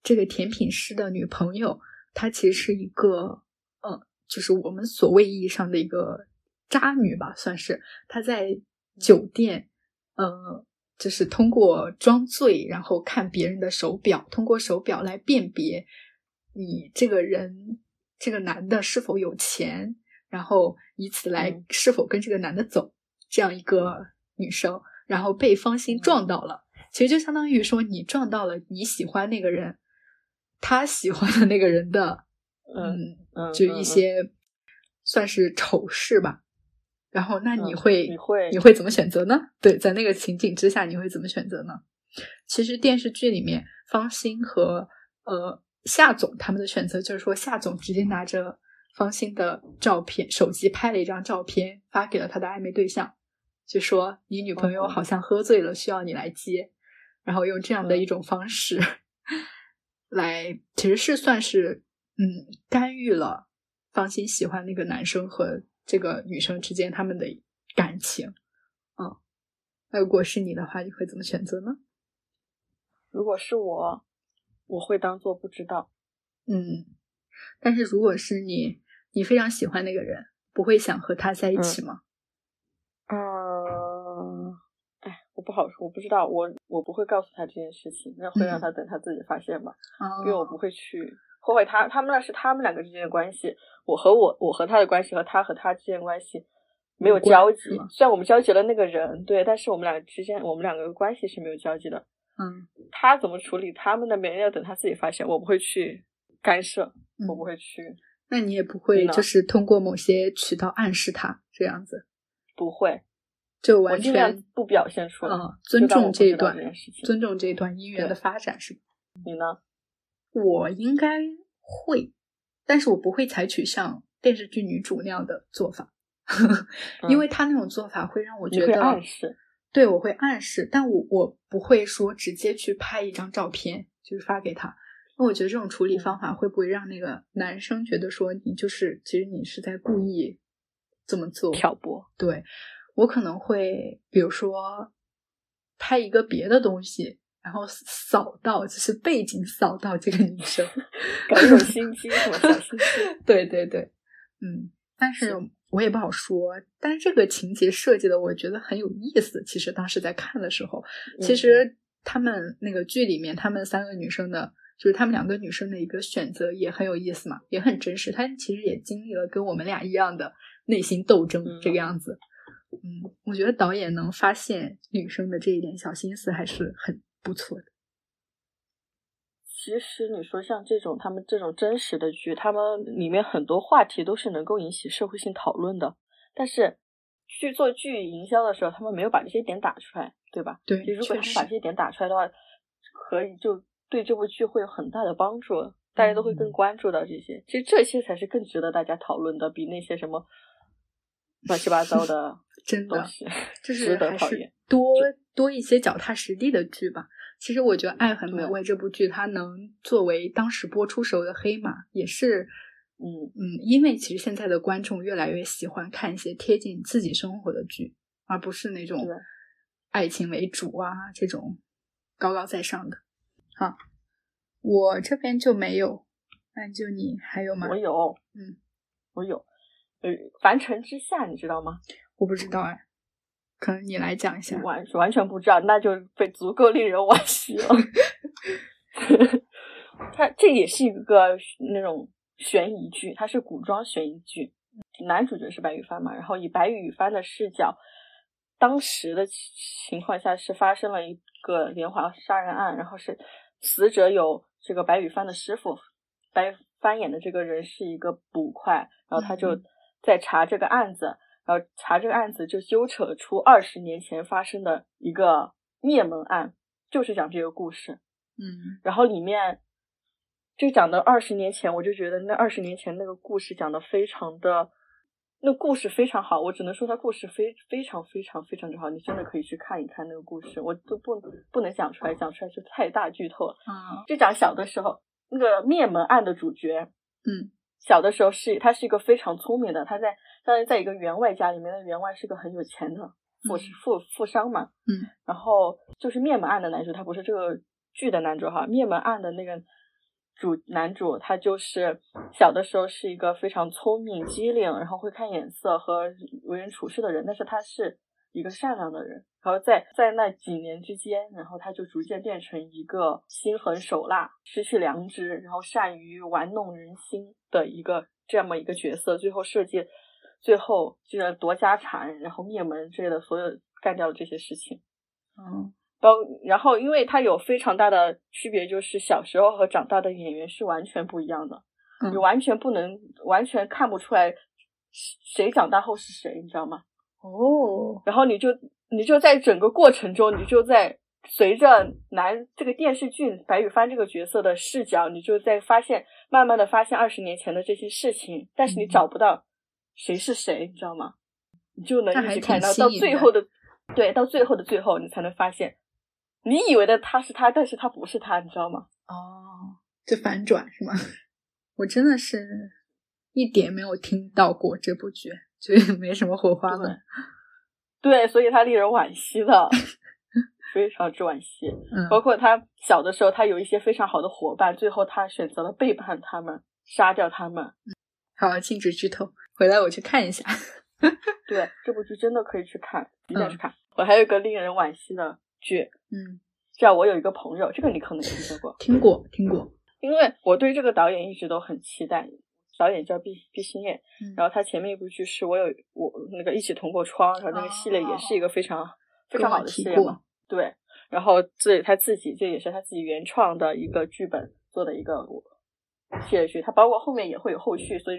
这个甜品师的女朋友她其实是一个，呃，就是我们所谓意义上的一个渣女吧，算是她在嗯酒店，呃。就是通过装醉，然后看别人的手表，通过手表来辨别你这个人、这个男的是否有钱，然后以此来嗯是否跟这个男的走，这样一个女生，然后被方心撞嗯到了。其实就相当于说，你撞到了你喜欢那个人，他喜欢的那个人的，嗯嗯，嗯，就嗯一、些算是丑事吧。然后，那你嗯会、你会你会怎么选择呢？对，在那个情景之下，你会怎么选择呢？其实电视剧里面，方心和呃夏总他们的选择就是说，夏总直接拿着方心的照片，手机拍了一张照片发给了他的暧昧对象，就说你女朋友嗯好像喝醉了，需要你来接，然后用这样的嗯一种方式来，其实是算是嗯干预了方心喜欢那个男生和这个女生之间他们的感情。嗯，那如果是你的话，你会怎么选择呢？如果是我，我会当做不知道。嗯，但是如果是你，你非常喜欢那个人，不会想和他在一起吗？嗯，哎，我不好说，我不知道，我我不会告诉他这件事情，那会嗯让他等他自己发现吧，啊、因为我不会去后悔他。他们那是他们两个之间的关系，我和我我和他的关系和他和他之间的关系没有无关交集是吗。虽然我们交集了那个人，对，但是我们俩之间我们两个的关系是没有交集的。嗯，他怎么处理他们的，别人要等他自己发现，我不会去干涉，嗯我不会去，那你也不会你呢就是通过某些渠道暗示他这样子，不会，就我完尽全量不表现出来，啊、尊就当我重不这一知道段这件事情。尊重这一段姻缘对嗯的发展是吧？你呢？我应该会，但是我不会采取像电视剧女主那样的做法， 因为她那种做法会让我嗯你觉会得啊暗示，对，我会暗示，但我我不会说直接去拍一张照片，就是发给他。那我觉得这种处嗯理方法会不会让那个男生觉得说你就是其实你是在故意这么做？挑拨。对我可能会比如说拍一个别的东西，然后扫到就是背景扫到这个女生。 搞这种心机，什么小心机？对对对，嗯，但是是我也不好说。但是这个情节设计的，我觉得很有意思。其实当时在看的时候，其嗯实他们那个剧里面，他们三个女生的，就是他们两个女生的一个选择也很有意思嘛，也很真实。她其实也经历了跟我们俩一样的内心斗争嗯这个样子。嗯，我觉得导演能发现女生的这一点小心思还是很不错的。其实你说像这种他们这种真实的剧，他们里面很多话题都是能够引起社会性讨论的，但是去做剧营销的时候，他们没有把这些点打出来，对吧？对就，如确果他们把实这，些点打出来的话，可以就对这部剧会有很大的帮助，大家都会更嗯关注到这些。其实这些才是更值得大家讨论的，比那些 什么乱七八糟的真的东。西，就值是得还讨是厌。多多一些脚踏实地的剧吧。其实我觉得《爱很美对味》这部剧，它能作为当时播出时候的黑马，也是嗯，嗯，因为其实现在的观众越来越喜欢看一些贴近自己生活的剧，而不是那种对爱情为主啊这种高高在上的。好，我这边就没有，那就你还有吗？我有， 嗯，我有。呃，凡尘之下，你知道吗？我不知道哎，可能你来讲一下。完完全不知道，那就被足够令人惋惜了。 它这也是一个那种悬疑剧，它是古装悬疑剧，男主角是白羽帆嘛，然后以白羽帆的视角，当时的情况下是发生了一个连环杀人案，然后是死者有这个白羽帆的师傅，白羽帆演的这个人是一个捕快，然后他就嗯在查这个案子，然后查这个案子就纠扯出二十年前发生的一个灭门案，就是讲这个故事。嗯然后里面就讲到二十年前，我就觉得那二十年前那个故事讲的非常的，那故事非常好，我只能说它故事非非常非常非常之好，你真的可以去看一看那个故事，我都不不能讲出来，讲出来就太大剧透了。啊就讲小的时候那个灭门案的主角，嗯小的时候是他是一个非常聪明的，他在当然在一个员外家里面，那员外是个很有钱的富嗯富富商嘛，嗯，然后就是灭门案的男主，他不是这个剧的男主哈，灭门案的那个主男主，他就是小的时候是一个非常聪明机灵，然后会看眼色和为人处事的人，但是他是一个善良的人，然后在在那几年之间，然后他就逐渐变成一个心狠手辣、失去良知，然后善于玩弄人心的一个这么一个角色，最后设计，最后就是夺家产，然后灭门之类的所有干掉了这些事情。哦包，然后因为它有非常大的区别，就是小时候和长大的演员是完全不一样的，嗯你完全不能完全看不出来谁长大后是谁，你知道吗？哦然后你就你就在整个过程中，你就在随着男这个电视剧白宇帆这个角色的视角，你就在发现慢慢的发现二十年前的这些事情，但是你嗯找不到谁是谁，你知道吗？你就能那一还直挺看到新到颖最的后的，对，到最后的最后，你才能发现，你以为的他是他，但是他不是他，你知道吗？哦，这反转是吗？ 我真的是一点没有听到过这部剧，所以没什么火花对了。对，所以他令人惋惜的， 非常之惋惜。嗯包括他小的时候，他有一些非常好的伙伴，最后他选择了背叛他们，杀掉他们。好，禁止剧透，回来我去看一下。对，这部剧真的可以去看，一定要嗯去看。我还有一个令人惋惜的剧，嗯，叫《我有一个朋友》，这个你可能听说过， 听过，听过。因为我对这个导演一直都很期待。导演叫毕毕星燕，嗯然后他前面一部剧是我有我那个一起同过窗，然后那个系列也是一个非常、哦非跟常我好的提系列嘛。过。对，然后这他自己这也是他自己原创的一个剧本做的一个系列剧，它包括后面也会有后续，所以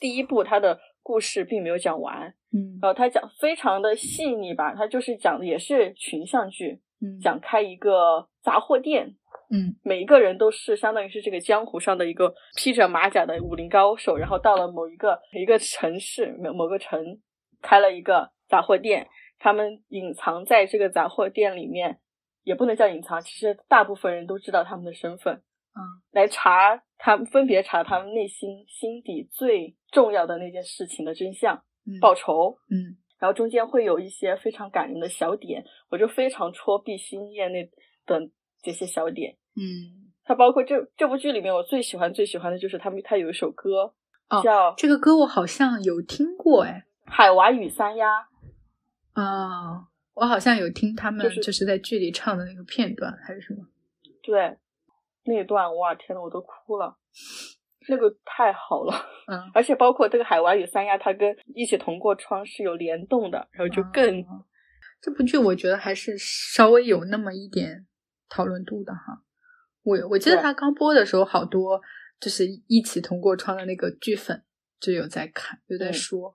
第一部它的故事并没有讲完，嗯然后他讲非常的细腻吧，他就是讲的也是群像剧，嗯，讲开一个杂货店，嗯每一个人都是相当于是这个江湖上的一个披着马甲的武林高手，然后到了某一个一个城市某某个城开了一个杂货店，他们隐藏在这个杂货店里面，也不能叫隐藏，其实大部分人都知道他们的身份，嗯，来查他们分别查他们内心心底最重要的那件事情的真相，嗯报仇。嗯然后中间会有一些非常感人的小点，我就非常戳毕星燕那的这些小点。嗯，它包括这这部剧里面，我最喜欢最喜欢的就是他们，他有一首歌、哦叫《这个歌我好像有听过，哎，海娃与三丫》，哦，我好像有听他们就是就是在剧里唱的那个片段还是什么？对，那一段哇，天呐，我都哭了，那个太好了。嗯，而且包括这个《海娃与三丫》，它跟一起同过窗是有联动的，然后就更、哦这部剧我觉得还是稍微有那么一点讨论度的哈。我我记得对它刚播的时候，好多就是一起同过窗的那个剧粉就有在看，有在嗯说。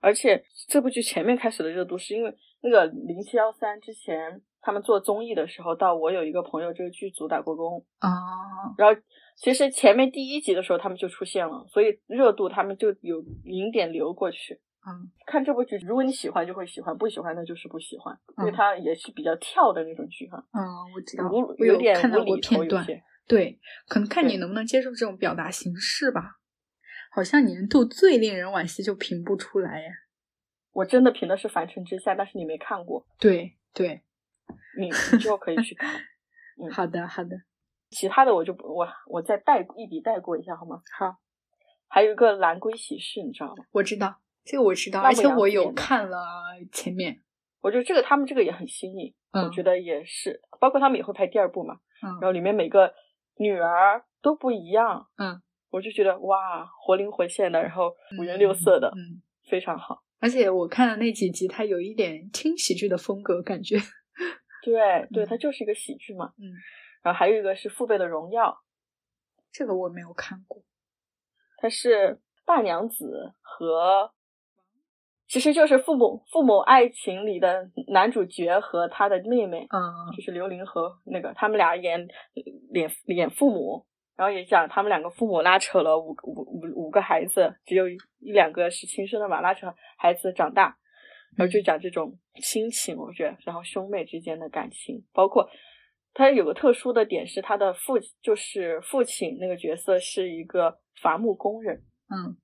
而且这部剧前面开始的热度是因为那个零七幺三之前他们做综艺的时候，到我有一个朋友这个剧组打过工，哦，然后其实前面第一集的时候他们就出现了，所以热度他们就有零点流过去。嗯看这部剧，如果你喜欢就会喜欢，不喜欢那就是不喜欢，因为嗯它也是比较跳的那种剧哈，嗯，我知道，无我有有点看无到过厘头片有段。些。对，可能看你对能不能接受这种表达形式吧。好像年度最令人惋惜就评不出来耶。我真的评的是《凡尘之下》，但是你没看过，对对，你你之后可以 去看。嗯好的好的，其他的我就不我我再带一笔带过一下好吗？好，还有一个《蓝龟喜事》，你知道吗？我知道这个我知道，那而我且了我解有了看了前面，我觉得这个他们这个也很新颖，嗯我觉得也是，包括他们也会拍第二部嘛，嗯然后里面每个女儿都不一样，嗯，我就觉得哇，活灵活现的，然后五颜六色的，嗯，非常好。而且我看的那几集，它有一点轻喜剧的风格感觉。对对，嗯它就是一个喜剧嘛，嗯，然后还有一个是《父辈的荣耀》，这个我没有看过。它是大娘子和其实就是父母父母爱情里的男主角和他的妹妹，嗯就是刘琳和那个他们俩演演演父母，然后也讲他们两个父母拉扯了五个五五五个孩子，只有一一两个是亲生的嘛，拉扯孩子长大，然后就讲这种亲情，我觉得，然后兄妹之间的感情，包括他有个特殊的点是他的父就是父亲那个角色是一个伐木工人，嗯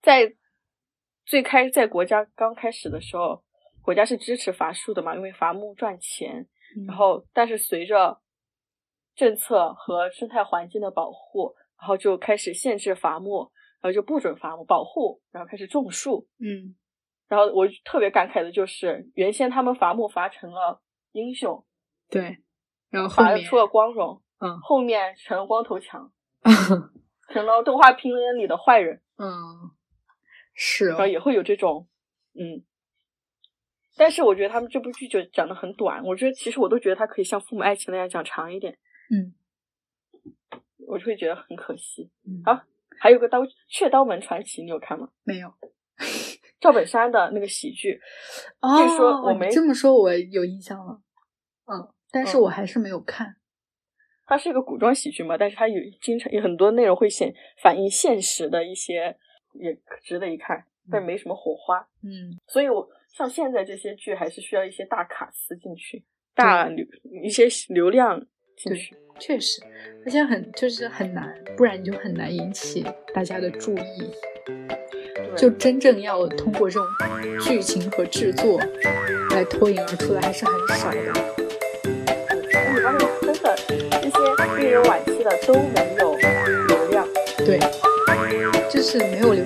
在最开在国家刚开始的时候，国家是支持伐树的嘛，因为伐木赚钱。嗯然后，但是随着政策和生态环境的保护，然后就开始限制伐木，然后就不准伐木，保护，然后开始种树。嗯然后我特别感慨的就是，原先他们伐木伐成了英雄，对，然后后伐面出了光荣，嗯后面成了光头强，成了动画平原里的坏人。嗯是然后哦也会有这种，嗯。但是我觉得他们这部剧就讲的很短，我觉得其实我都觉得它可以像《父母爱情》那样讲长一点，嗯我就会觉得很可惜。嗯好还有个刀《雀刀门传奇》，你有看吗？没有赵本山的那个喜剧，哦，说我你没这么说，我有印象了，嗯，但是嗯我还是没有看，它是一个古装喜剧嘛，但是它有经常有很多内容会显反映现实的一些，也值得一看，但没什么火花。嗯所以我像现在这些剧还是需要一些大卡司进去，大流一些流量进对去。确实，而且很就是很难，不然你就很难引起大家的注意。对就真正要通过这种剧情和制作来脱颖而出的还是很少的。他们真的一些令人惋惜的都没有流量。嗯对，就是没有流